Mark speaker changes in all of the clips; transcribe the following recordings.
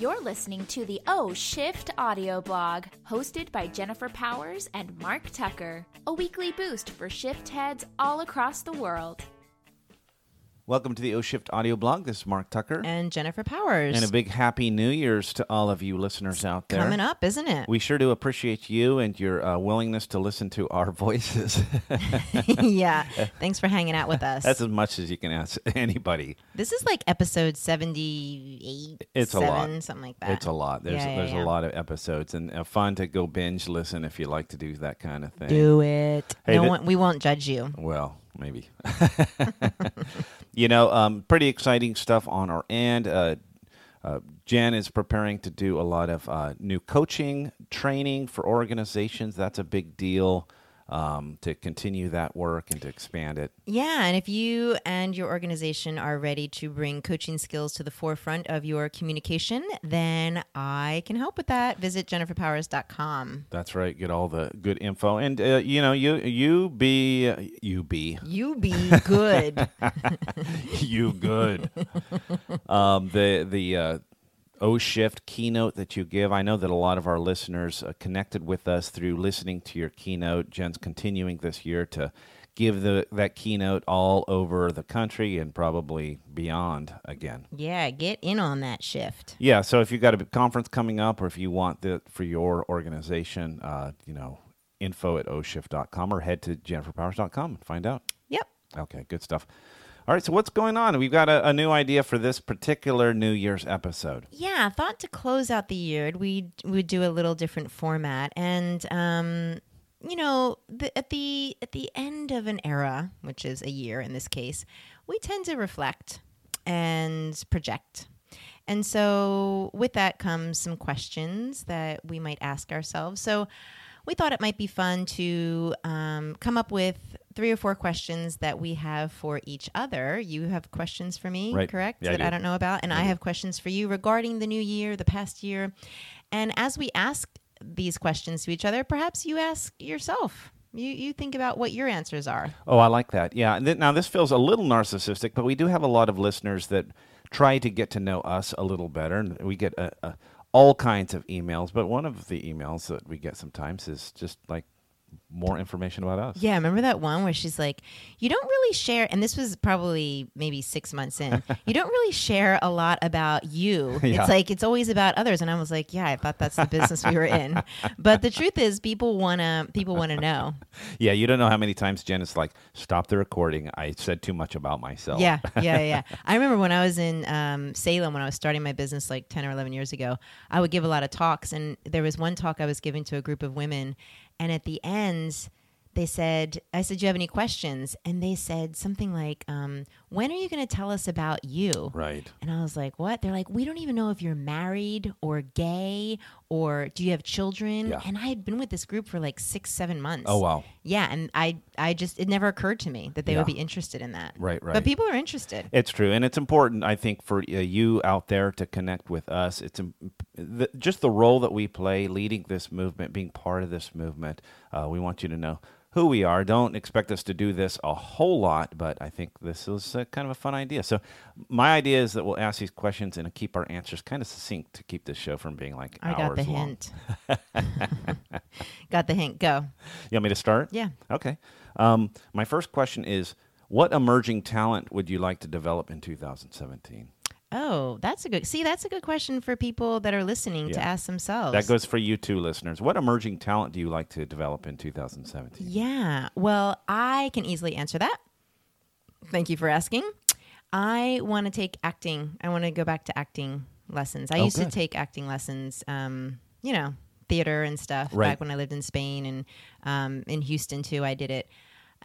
Speaker 1: You're listening to the O Shift audio blog, hosted by Jennifer Powers and Mark Tucker, a weekly boost for shift heads all across the world.
Speaker 2: Welcome to the O Shift audio blog. This is Mark Tucker.
Speaker 3: and Jennifer Powers.
Speaker 2: And a big happy New Year's to all of you listeners out there.
Speaker 3: coming up, isn't it?
Speaker 2: We sure do appreciate you and your uh, willingness to listen to our voices.
Speaker 3: yeah. Thanks for hanging out with us.
Speaker 2: That's as much as you can ask anybody.
Speaker 3: this is like episode 78,
Speaker 2: It's a lot.
Speaker 3: seven, something like that.
Speaker 2: It's a lot. There's
Speaker 3: Uh, Yeah, yeah,
Speaker 2: there's
Speaker 3: yeah.
Speaker 2: a lot of episodes and uh, fun to go binge listen if you like to do that kind of thing.
Speaker 3: Do it.
Speaker 2: Hey,
Speaker 3: no
Speaker 2: th-
Speaker 3: one, we won't judge you.
Speaker 2: Well, maybe. you know, um, pretty exciting stuff on our end. Uh, uh, Jen is preparing to do a lot of uh, new coaching training for organizations. That's a big deal um, to continue that work and to expand it.
Speaker 3: Yeah, and if you and your organization are ready to bring coaching skills to the forefront of your communication, then I can help with that. Visit jenniferpowers.com.
Speaker 2: That's right. Get all the good info, and uh, you know, you you be uh, you be
Speaker 3: You be good.
Speaker 2: you good. um, the the uh, O Shift keynote that you give, I know that a lot of our listeners uh, connected with us through listening to your keynote. Jen's continuing this year to give the that keynote all over the country and probably beyond again.
Speaker 3: yeah, get in on that shift.
Speaker 2: Yeah, so if you've got a conference coming up or if you want that for your organization, uh, you know, info at oshift.com or head to jenniferpowers.com and find out.
Speaker 3: Yep.
Speaker 2: Okay, good stuff. All right, so what's going on? We've got a, a new idea for this particular New Year's episode.
Speaker 3: Yeah, I thought to close out the year, we would do a little different format, and um, you know, the, at the at the end of an era, which is a year in this case, we tend to reflect and project. And so, with that comes some questions that we might ask ourselves. So, we thought it might be fun to um, come up with three or four questions that we have for each other. You have questions for me,
Speaker 2: Right.
Speaker 3: correct?
Speaker 2: Yeah, I
Speaker 3: that
Speaker 2: do.
Speaker 3: I don't know about. And I have questions for you regarding the new year, the past year. And as we ask these questions to each other, perhaps you ask yourself. You, you think about what your answers are.
Speaker 2: Oh, I like that. Yeah. and Th- now, this feels a little narcissistic, but we do have a lot of listeners that try to get to know us a little better. And we get uh, uh, all kinds of emails, but one of the emails that we get sometimes is just like more information about us.
Speaker 3: Yeah, remember that one where she's like, "You don't really share," and this was probably maybe six months in. you don't really share a lot about you.
Speaker 2: Yeah.
Speaker 3: It's like it's always about others, and I was like, "Yeah, I thought that's the business we were in." But the truth is, people wanna people wanna know.
Speaker 2: Yeah, you don't know how many times Jen is like, stop the recording. I said too much about myself.
Speaker 3: Yeah, yeah, yeah. I remember when I was in um, Salem when I was starting my business like 10 or 11 years ago, I would give a lot of talks. And there was one talk I was giving to a group of women. And at the end, they said, I said, Do you have any questions? And they said something like, um, When are you going to tell us about you?
Speaker 2: Right.
Speaker 3: And I was like, what? They're like, we don't even know if you're married or gay or do you have children?
Speaker 2: Yeah.
Speaker 3: And I had been with this group for like six, seven months.
Speaker 2: Oh, wow.
Speaker 3: Yeah. And I, I just, it never occurred to me that they would
Speaker 2: Yeah.
Speaker 3: be interested in that.
Speaker 2: Right, right.
Speaker 3: But people are interested.
Speaker 2: It's true, and it's important, I think, for uh, you out there to connect with us. It's im- the, just the role that we play, leading this movement, being part of this movement. Uh, we want you to know who we are. Don't expect us to do this a whole lot, but I think this is uh kind of a fun idea. So, my idea is that we'll ask these questions and keep our answers kind of succinct to keep this show from being like
Speaker 3: I
Speaker 2: hours
Speaker 3: got the
Speaker 2: long.
Speaker 3: hint. got the hint. Go.
Speaker 2: You want me to start?
Speaker 3: Yeah.
Speaker 2: Okay. Um, my first question is. What emerging talent would you like to develop in 2017?
Speaker 3: Oh, that's a good, see, that's a good question for people that are listening to
Speaker 2: Yeah.
Speaker 3: ask themselves.
Speaker 2: That goes for you too, listeners. What emerging talent do you like to develop in 2017?
Speaker 3: Yeah. Well, I can easily answer that. Thank you for asking. I want to take acting. I want to go back to acting lessons. I
Speaker 2: Oh,
Speaker 3: used
Speaker 2: good.
Speaker 3: to take acting lessons, um, you know, theater and stuff
Speaker 2: Right.
Speaker 3: back when I lived in Spain and um, in Houston too. I did it.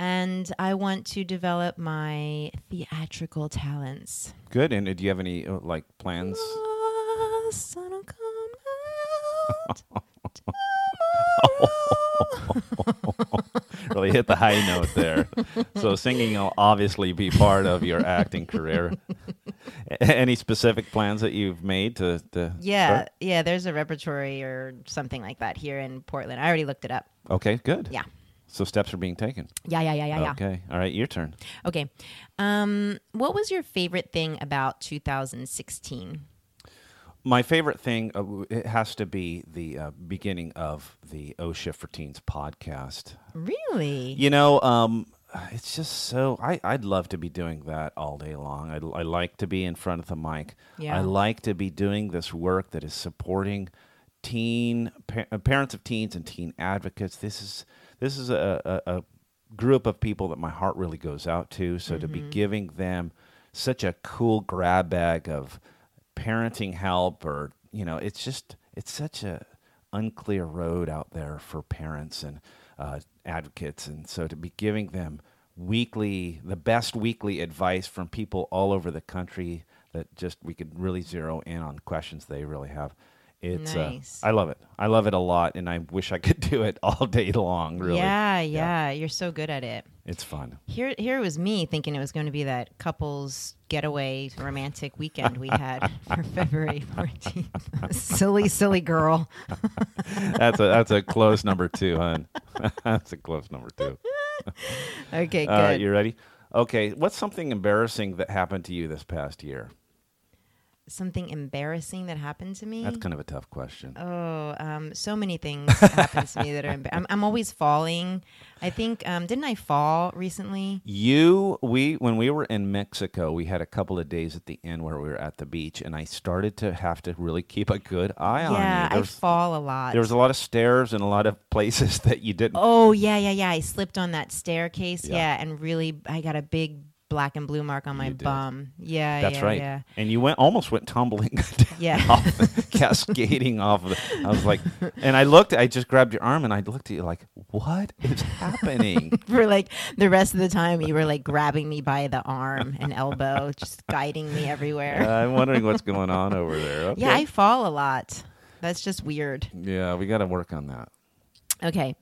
Speaker 3: And I want to develop my theatrical talents.
Speaker 2: Good. And uh, do you have any uh, like plans?
Speaker 3: Oh, sun will come out.
Speaker 2: really hit the high note there. so singing will obviously be part of your acting career. A- any specific plans that you've made to? to
Speaker 3: Yeah,
Speaker 2: start?
Speaker 3: yeah. There's a repertory or something like that here in Portland. I already looked it up.
Speaker 2: Okay. Good.
Speaker 3: Yeah,
Speaker 2: So steps are being taken.
Speaker 3: yeah, yeah, yeah, yeah, yeah.
Speaker 2: Okay. All right. Your turn.
Speaker 3: Okay. Um, what was your favorite thing about 2016?
Speaker 2: my favorite thing uh, w- it has to be the uh, beginning of the O Shift for Teens podcast.
Speaker 3: Really?
Speaker 2: You know, um, it's just so I, I'd love to be doing that all day long. I, I like to be in front of the mic.
Speaker 3: Yeah.
Speaker 2: I like to be doing this work that is supporting teen pa- uh, parents of teens and teen advocates. This is this is a, a, a group of people that my heart really goes out to. So to be
Speaker 3: Mm-hmm.
Speaker 2: giving them such a cool grab bag of parenting help or you know it's just it's such a unclear road out there for parents and uh, advocates and so to be giving them weekly the best weekly advice from people all over the country that just we could really zero in on questions they really have it's uh,
Speaker 3: Nice.
Speaker 2: i love it i love it a lot and i wish i could do it all day long really
Speaker 3: Yeah, yeah. You're so good at it.
Speaker 2: it's fun
Speaker 3: Here, here was me thinking it was going to be that couples getaway romantic weekend we had for February 14th. silly, silly girl.
Speaker 2: that's a that's a close number two hun that's a close number two
Speaker 3: Okay, good.
Speaker 2: All right, you ready? Okay, what's something embarrassing that happened to you this past year?
Speaker 3: Something embarrassing that happened to me.
Speaker 2: That's kind of a tough question.
Speaker 3: Oh, um, so many things happen to me that are. Embar- I'm, I'm always falling. I think um, didn't I fall recently?
Speaker 2: You, we, when we were in Mexico, we had a couple of days at the end where we were at the beach, and I started to have to really keep a good eye on you.
Speaker 3: yeah,
Speaker 2: There
Speaker 3: I
Speaker 2: was-
Speaker 3: fall a lot.
Speaker 2: there was a lot of stairs and a lot of places that you didn't.
Speaker 3: Oh yeah, yeah, yeah. I slipped on that staircase.
Speaker 2: Yeah.
Speaker 3: Yeah, and really, I got a big black and blue mark on my
Speaker 2: did.
Speaker 3: bum. Yeah,
Speaker 2: That's
Speaker 3: yeah,
Speaker 2: right.
Speaker 3: Yeah.
Speaker 2: And you went almost went tumbling down
Speaker 3: Yeah.
Speaker 2: off, cascading off of the, I was like and I looked I just grabbed your arm and I looked at you like, What is happening?
Speaker 3: For like the rest of the time, you were like grabbing me by the arm and elbow, just guiding me everywhere.
Speaker 2: Uh, I'm wondering what's going on over there. Okay.
Speaker 3: yeah, I fall a lot. That's just weird.
Speaker 2: Yeah, we got to work on that.
Speaker 3: Okay.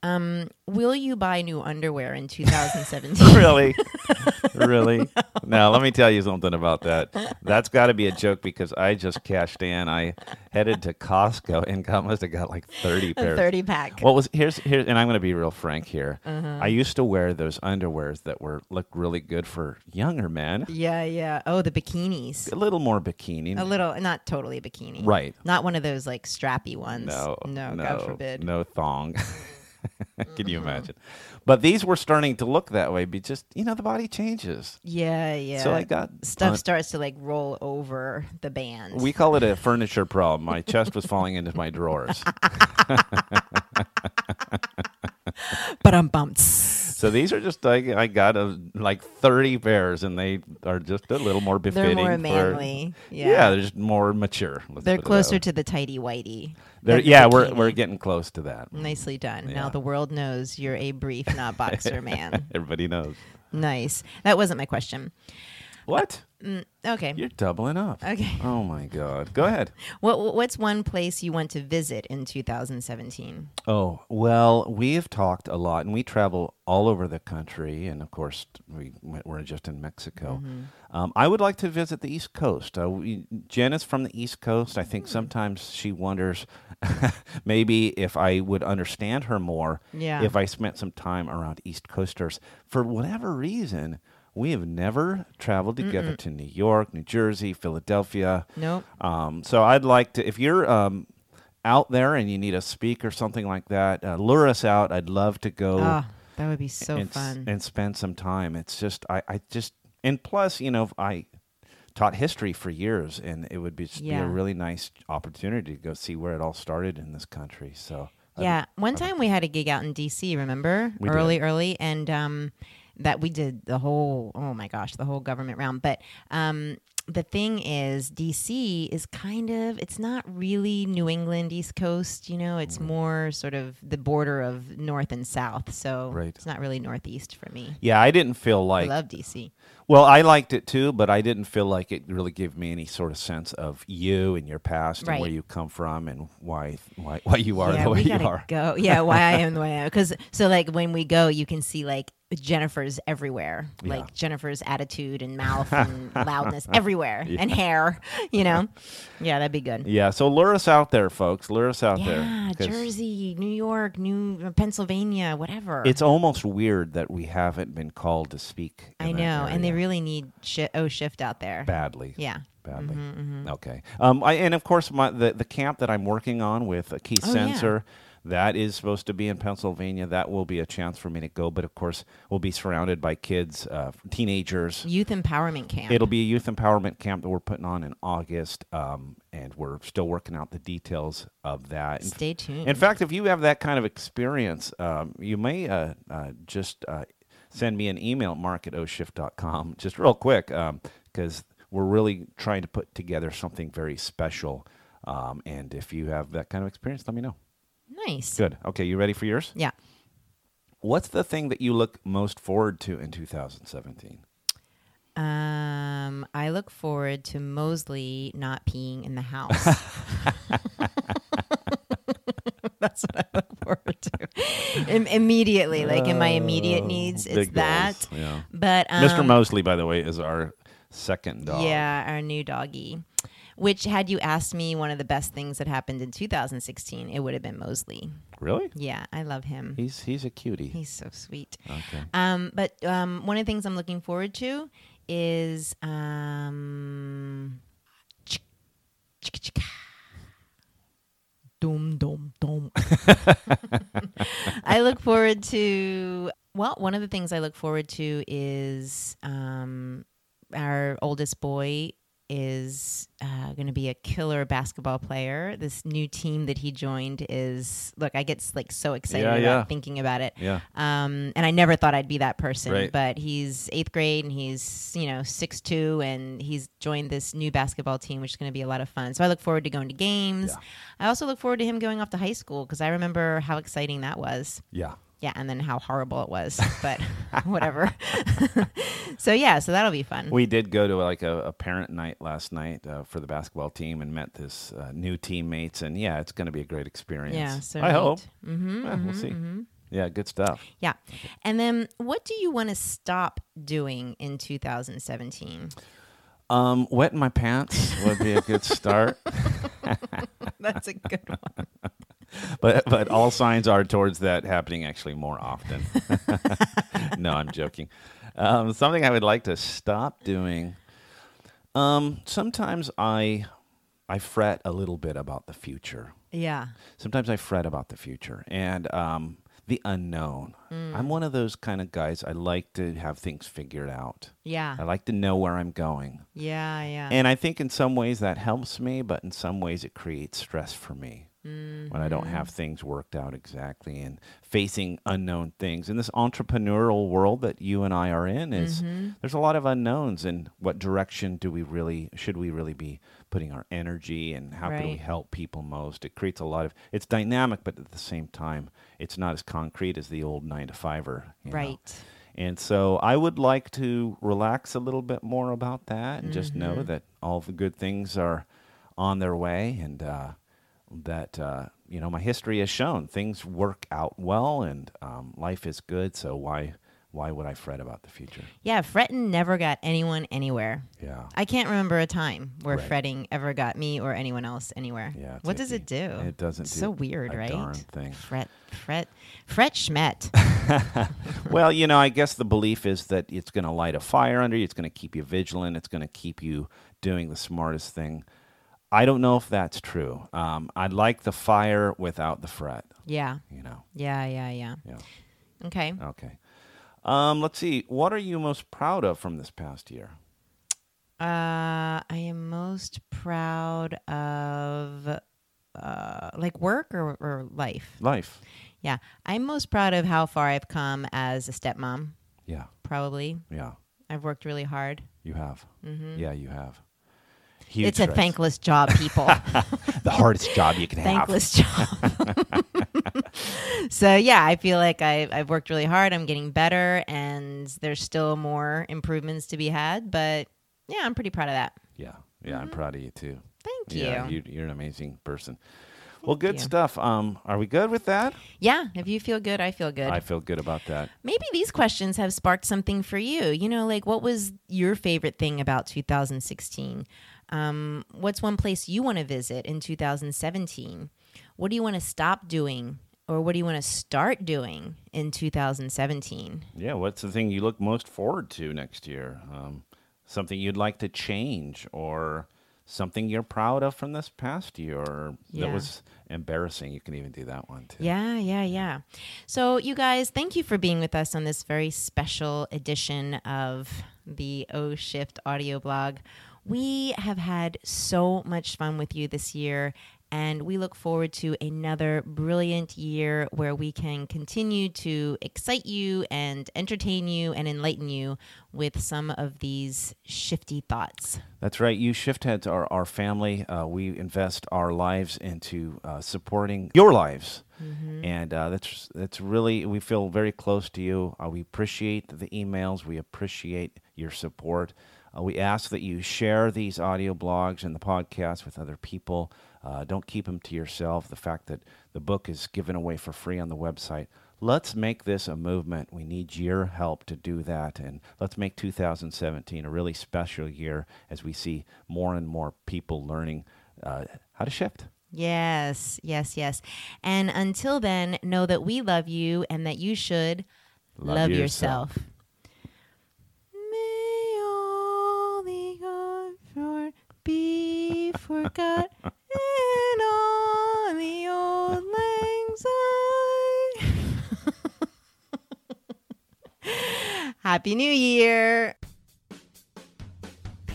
Speaker 3: Um, will you buy new underwear in 2017?
Speaker 2: Really? really? Now, let me tell you something about that. That's got to be a joke because I just cashed in. I headed to Costco and got, must have got like 30
Speaker 3: A
Speaker 2: pairs.
Speaker 3: 30 pack.
Speaker 2: What was here's here and I'm going to be real frank here.
Speaker 3: Uh-huh.
Speaker 2: I used to wear those underwears that were looked really good for younger men.
Speaker 3: Yeah, yeah. Oh, the bikinis.
Speaker 2: A little more bikini.
Speaker 3: A little, not totally a bikini.
Speaker 2: Right.
Speaker 3: Not one of those like strappy ones.
Speaker 2: No,
Speaker 3: No, God forbid. Mm-hmm.
Speaker 2: No thong. Can you imagine? But these were starting to look that way. Be just you know the body changes.
Speaker 3: Yeah, yeah.
Speaker 2: So I got
Speaker 3: Stuff
Speaker 2: un-
Speaker 3: starts to like roll over the band.
Speaker 2: We call it a furniture problem. My chest was falling into my drawers.
Speaker 3: But I'm bumped.
Speaker 2: So these are just like I got a, like thirty pairs, and they are just a little more
Speaker 3: They're
Speaker 2: befitting.
Speaker 3: more
Speaker 2: for-
Speaker 3: manly.
Speaker 2: yeah.
Speaker 3: Yeah.
Speaker 2: they're just more mature. let's
Speaker 3: They're
Speaker 2: put it that
Speaker 3: closer
Speaker 2: way.
Speaker 3: to the tidy whitey.
Speaker 2: They're,
Speaker 3: than the
Speaker 2: yeah, we're
Speaker 3: bikini. Mm.
Speaker 2: we're getting close to that.
Speaker 3: Nicely done.
Speaker 2: Yeah.
Speaker 3: Now the world knows you're a brief, not boxer man.
Speaker 2: Everybody knows
Speaker 3: Uh, Nice. That wasn't my question.
Speaker 2: what
Speaker 3: Okay.
Speaker 2: you're doubling up.
Speaker 3: Okay.
Speaker 2: Oh my God. Go ahead.
Speaker 3: What what's one place you want to visit in 2017?
Speaker 2: Oh, well, we've talked a lot and we travel all over the country. And of course, we, we're just in Mexico. Um, I would like to visit the East Coast. Uh, we, Jen is from the East Coast. I think sometimes she wonders maybe if I would understand her more
Speaker 3: Yeah.
Speaker 2: if I spent some time around East Coasters. For whatever reason, we have never traveled together to New York, New Jersey, Philadelphia.
Speaker 3: Nope.
Speaker 2: Um, so I'd like to, if you're um, out there and you need a speak or something like that, uh, lure us out. I'd love to go
Speaker 3: Oh, that would be so
Speaker 2: and, s-
Speaker 3: fun.
Speaker 2: and spend some time. It's just, I, I just, and plus, you know, I taught history for years and it would be, just be
Speaker 3: Yeah.
Speaker 2: a really nice opportunity to go see where it all started in this country. So, I'd-
Speaker 3: yeah, one time we had a gig out in DC, remember?
Speaker 2: We did.
Speaker 3: early early and um that we did the whole oh my gosh, the whole government round, but um the thing is DC is kind of it's not really New England East Coast, you know,
Speaker 2: Mm.
Speaker 3: it's more sort of the border of north and south. So
Speaker 2: Right.
Speaker 3: it's not really northeast for me.
Speaker 2: yeah, I didn't feel
Speaker 3: I
Speaker 2: like
Speaker 3: love DC.
Speaker 2: Well, I liked it too, but I didn't feel like it really gave me any sort of sense of you and your past and where
Speaker 3: Right.
Speaker 2: you come from and why why why you are
Speaker 3: yeah,
Speaker 2: the way
Speaker 3: we
Speaker 2: you
Speaker 3: gotta
Speaker 2: are.
Speaker 3: Go, yeah. Why I am the way I am. Because so like when we go, you can see like Jennifer's everywhere,
Speaker 2: Yeah.
Speaker 3: like Jennifer's attitude and mouth and loudness everywhere, and hair. You know, yeah, that'd be good.
Speaker 2: Yeah, so lure us out there, folks. Lure us out
Speaker 3: Yeah,
Speaker 2: there. 'cause
Speaker 3: Jersey, New York, New uh, Pennsylvania, whatever.
Speaker 2: It's almost weird that we haven't been called to speak.
Speaker 3: I
Speaker 2: in that
Speaker 3: know, and they
Speaker 2: area
Speaker 3: really need shi- oh shift out there.
Speaker 2: badly.
Speaker 3: Yeah. Mm-hmm,
Speaker 2: badly. Okay. Um, I, and of course, my, the, the camp that I'm working on with a key
Speaker 3: Oh, yeah.
Speaker 2: sensor, that is supposed to be in Pennsylvania. That will be a chance for me to go. But of course, we'll be surrounded by kids, uh, teenagers.
Speaker 3: Youth empowerment camp.
Speaker 2: It'll be a youth empowerment camp that we're putting on in August, um, and we're still working out the details of that. In
Speaker 3: Stay tuned.
Speaker 2: in fact, if you have that kind of experience, um, you may uh, uh, just uh, send me an email at mark at oshift.com just real quick because we're really trying to put together something very special. Um, and if you have that kind of experience, let me know.
Speaker 3: nice.
Speaker 2: Good. Okay, you ready for yours?
Speaker 3: Yeah.
Speaker 2: What's the thing that you look most forward to in 2017?
Speaker 3: Um, I look forward to Mosley not peeing in the house. That's what I look forward to. Im- immediately, like in my immediate needs, it's
Speaker 2: Oh, big
Speaker 3: that.
Speaker 2: goals, yeah.
Speaker 3: But um,
Speaker 2: Mr. Mosley, by the way, is our second dog.
Speaker 3: Yeah, our new doggy. Which, had you asked me one of the best things that happened in 2016, it would have been Mosley.
Speaker 2: Really?
Speaker 3: Yeah, I love him.
Speaker 2: He's he's a cutie.
Speaker 3: He's so sweet.
Speaker 2: okay.
Speaker 3: Um, but um, one of the things I'm looking forward to is um, chick- chick- chick- dum dum dum. I look forward to well, one of the things I look forward to is um, our oldest boy is uh, going to be a killer basketball player. This new team that he joined is look, I get like so excited
Speaker 2: Yeah,
Speaker 3: about
Speaker 2: yeah.
Speaker 3: thinking about it.
Speaker 2: Yeah.
Speaker 3: Um, and I never thought I'd be that person,
Speaker 2: Right.
Speaker 3: but he's eighth grade and he's, you know, six two and he's joined this new basketball team, which is going to be a lot of fun. So I look forward to going to games.
Speaker 2: Yeah.
Speaker 3: I also look forward to him going off to high school because I remember how exciting that was.
Speaker 2: Yeah.
Speaker 3: Yeah. And then how horrible it was, but whatever. so yeah, so that'll be fun.
Speaker 2: We did go to like a, a parent night last night uh, for the basketball team and met this uh, new teammates and yeah, it's going to be a great experience.
Speaker 3: Yeah, so
Speaker 2: I
Speaker 3: neat.
Speaker 2: hope. Mm-hmm, we'll see. Yeah, good stuff.
Speaker 3: yeah. And then what do you want to stop doing in 2017?
Speaker 2: Um, wet in my pants would be a good start,
Speaker 3: That's a good one.
Speaker 2: but but all signs are towards that happening actually more often. no, I'm joking. Um, something I would like to stop doing. Um, sometimes I I fret a little bit about the future.
Speaker 3: Yeah.
Speaker 2: sometimes I fret about the future and um, the unknown. I'm one of those kind of guys. I like to have things figured out.
Speaker 3: Yeah.
Speaker 2: I like to know where I'm going.
Speaker 3: Yeah. Yeah.
Speaker 2: And I think in some ways that helps me, but in some ways it creates stress for me when I don't
Speaker 3: Mm-hmm.
Speaker 2: have things worked out exactly and facing unknown things. In this entrepreneurial world that you and I are in is
Speaker 3: Mm-hmm.
Speaker 2: there's a lot of unknowns and what direction do we really should we really be putting our energy and how can we
Speaker 3: Right.
Speaker 2: help people most? It creates a lot of it's dynamic but at the same time it's not as concrete as the old 9 to 5er. you know?
Speaker 3: right.
Speaker 2: And so I would like to relax a little bit more about that and just know that all the good things are on their way and uh, that, uh, you know, my history has shown things work out well and um, life is good. So why, why would I fret about the future?
Speaker 3: Yeah, fretting never got anyone anywhere.
Speaker 2: Yeah.
Speaker 3: I can't remember a time where
Speaker 2: Right.
Speaker 3: fretting ever got me or anyone else anywhere.
Speaker 2: Yeah, it's
Speaker 3: what does it do?
Speaker 2: icky. It doesn't
Speaker 3: It's
Speaker 2: do
Speaker 3: so weird,
Speaker 2: a
Speaker 3: right?
Speaker 2: darn thing.
Speaker 3: Fret, fret, fret, schmet.
Speaker 2: well, you know, I guess the belief is that it's going to light a fire under you. It's going to keep you vigilant. It's going to keep you doing the smartest thing. I don't know if that's true. Um, I'd like the fire without the fret.
Speaker 3: yeah,
Speaker 2: You know.
Speaker 3: yeah, yeah, yeah.
Speaker 2: Yeah.
Speaker 3: Okay.
Speaker 2: Okay. Um, let's see. What are you most proud of from this past year?
Speaker 3: Uh, I am most proud of, uh, like work or, or life.
Speaker 2: Life.
Speaker 3: Yeah, I'm most proud of how far I've come as a stepmom.
Speaker 2: Yeah.
Speaker 3: Probably,
Speaker 2: Yeah.
Speaker 3: I've worked really hard.
Speaker 2: You have. Yeah, you have. Huge
Speaker 3: Mm-hmm. it's a
Speaker 2: stress.
Speaker 3: thankless job, people.
Speaker 2: the hardest job you can have.
Speaker 3: thankless job. so yeah, I feel like I, I've worked really hard. I'm getting better, and there's still more improvements to be had. But yeah, I'm pretty proud of that.
Speaker 2: Yeah. Yeah. I'm proud of you too.
Speaker 3: Mm-hmm. Thank you.
Speaker 2: Yeah. You, you're an amazing person. Well, good
Speaker 3: you.
Speaker 2: stuff. Um, are we good with that?
Speaker 3: Yeah, if you feel good, I feel good.
Speaker 2: I feel good about that.
Speaker 3: Maybe these questions have sparked something for you. You know, like what was your favorite thing about 2016? Um, what's one place you want to visit in 2017? What do you want to stop doing? Or what do you want to start doing in 2017?
Speaker 2: Yeah. What's the thing you look most forward to next year? Um, something you'd like to change or something you're proud of from this past year or that
Speaker 3: Yeah.
Speaker 2: was embarrassing. You can even do that one too.
Speaker 3: Yeah, yeah, yeah. So, you guys, thank you for being with us on this very special edition of the O Shift audio blog. We have had so much fun with you this year, and we look forward to another brilliant year where we can continue to excite you and entertain you and enlighten you with some of these shifty thoughts.
Speaker 2: That's right. You shift heads are our family. Uh, we invest our lives into uh, supporting your lives, and uh, that's that's really we feel very close to you. Uh, we appreciate the emails. We appreciate your support. Uh, we ask that you share these audio blogs and the podcasts with other people. Uh, don't keep them to yourself. The fact that the book is given away for free on the website. Let's make this a movement. We need your help to do that. And let's make 2017 a really special year as we see more and more people learning uh, how to shift.
Speaker 3: Yes, yes, yes. And until then, know that we love you and that you should
Speaker 2: Love
Speaker 3: love,
Speaker 2: yourself.
Speaker 3: yourself. May all the offshore be forgot and all the old lang syne. Happy New Year.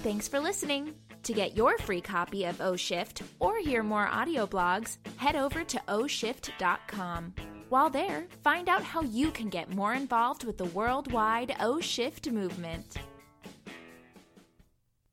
Speaker 1: Thanks for listening. To get your free copy of O Shift or hear more audio blogs, head over to oshift.com. While there, find out how you can get more involved with the worldwide O Shift movement.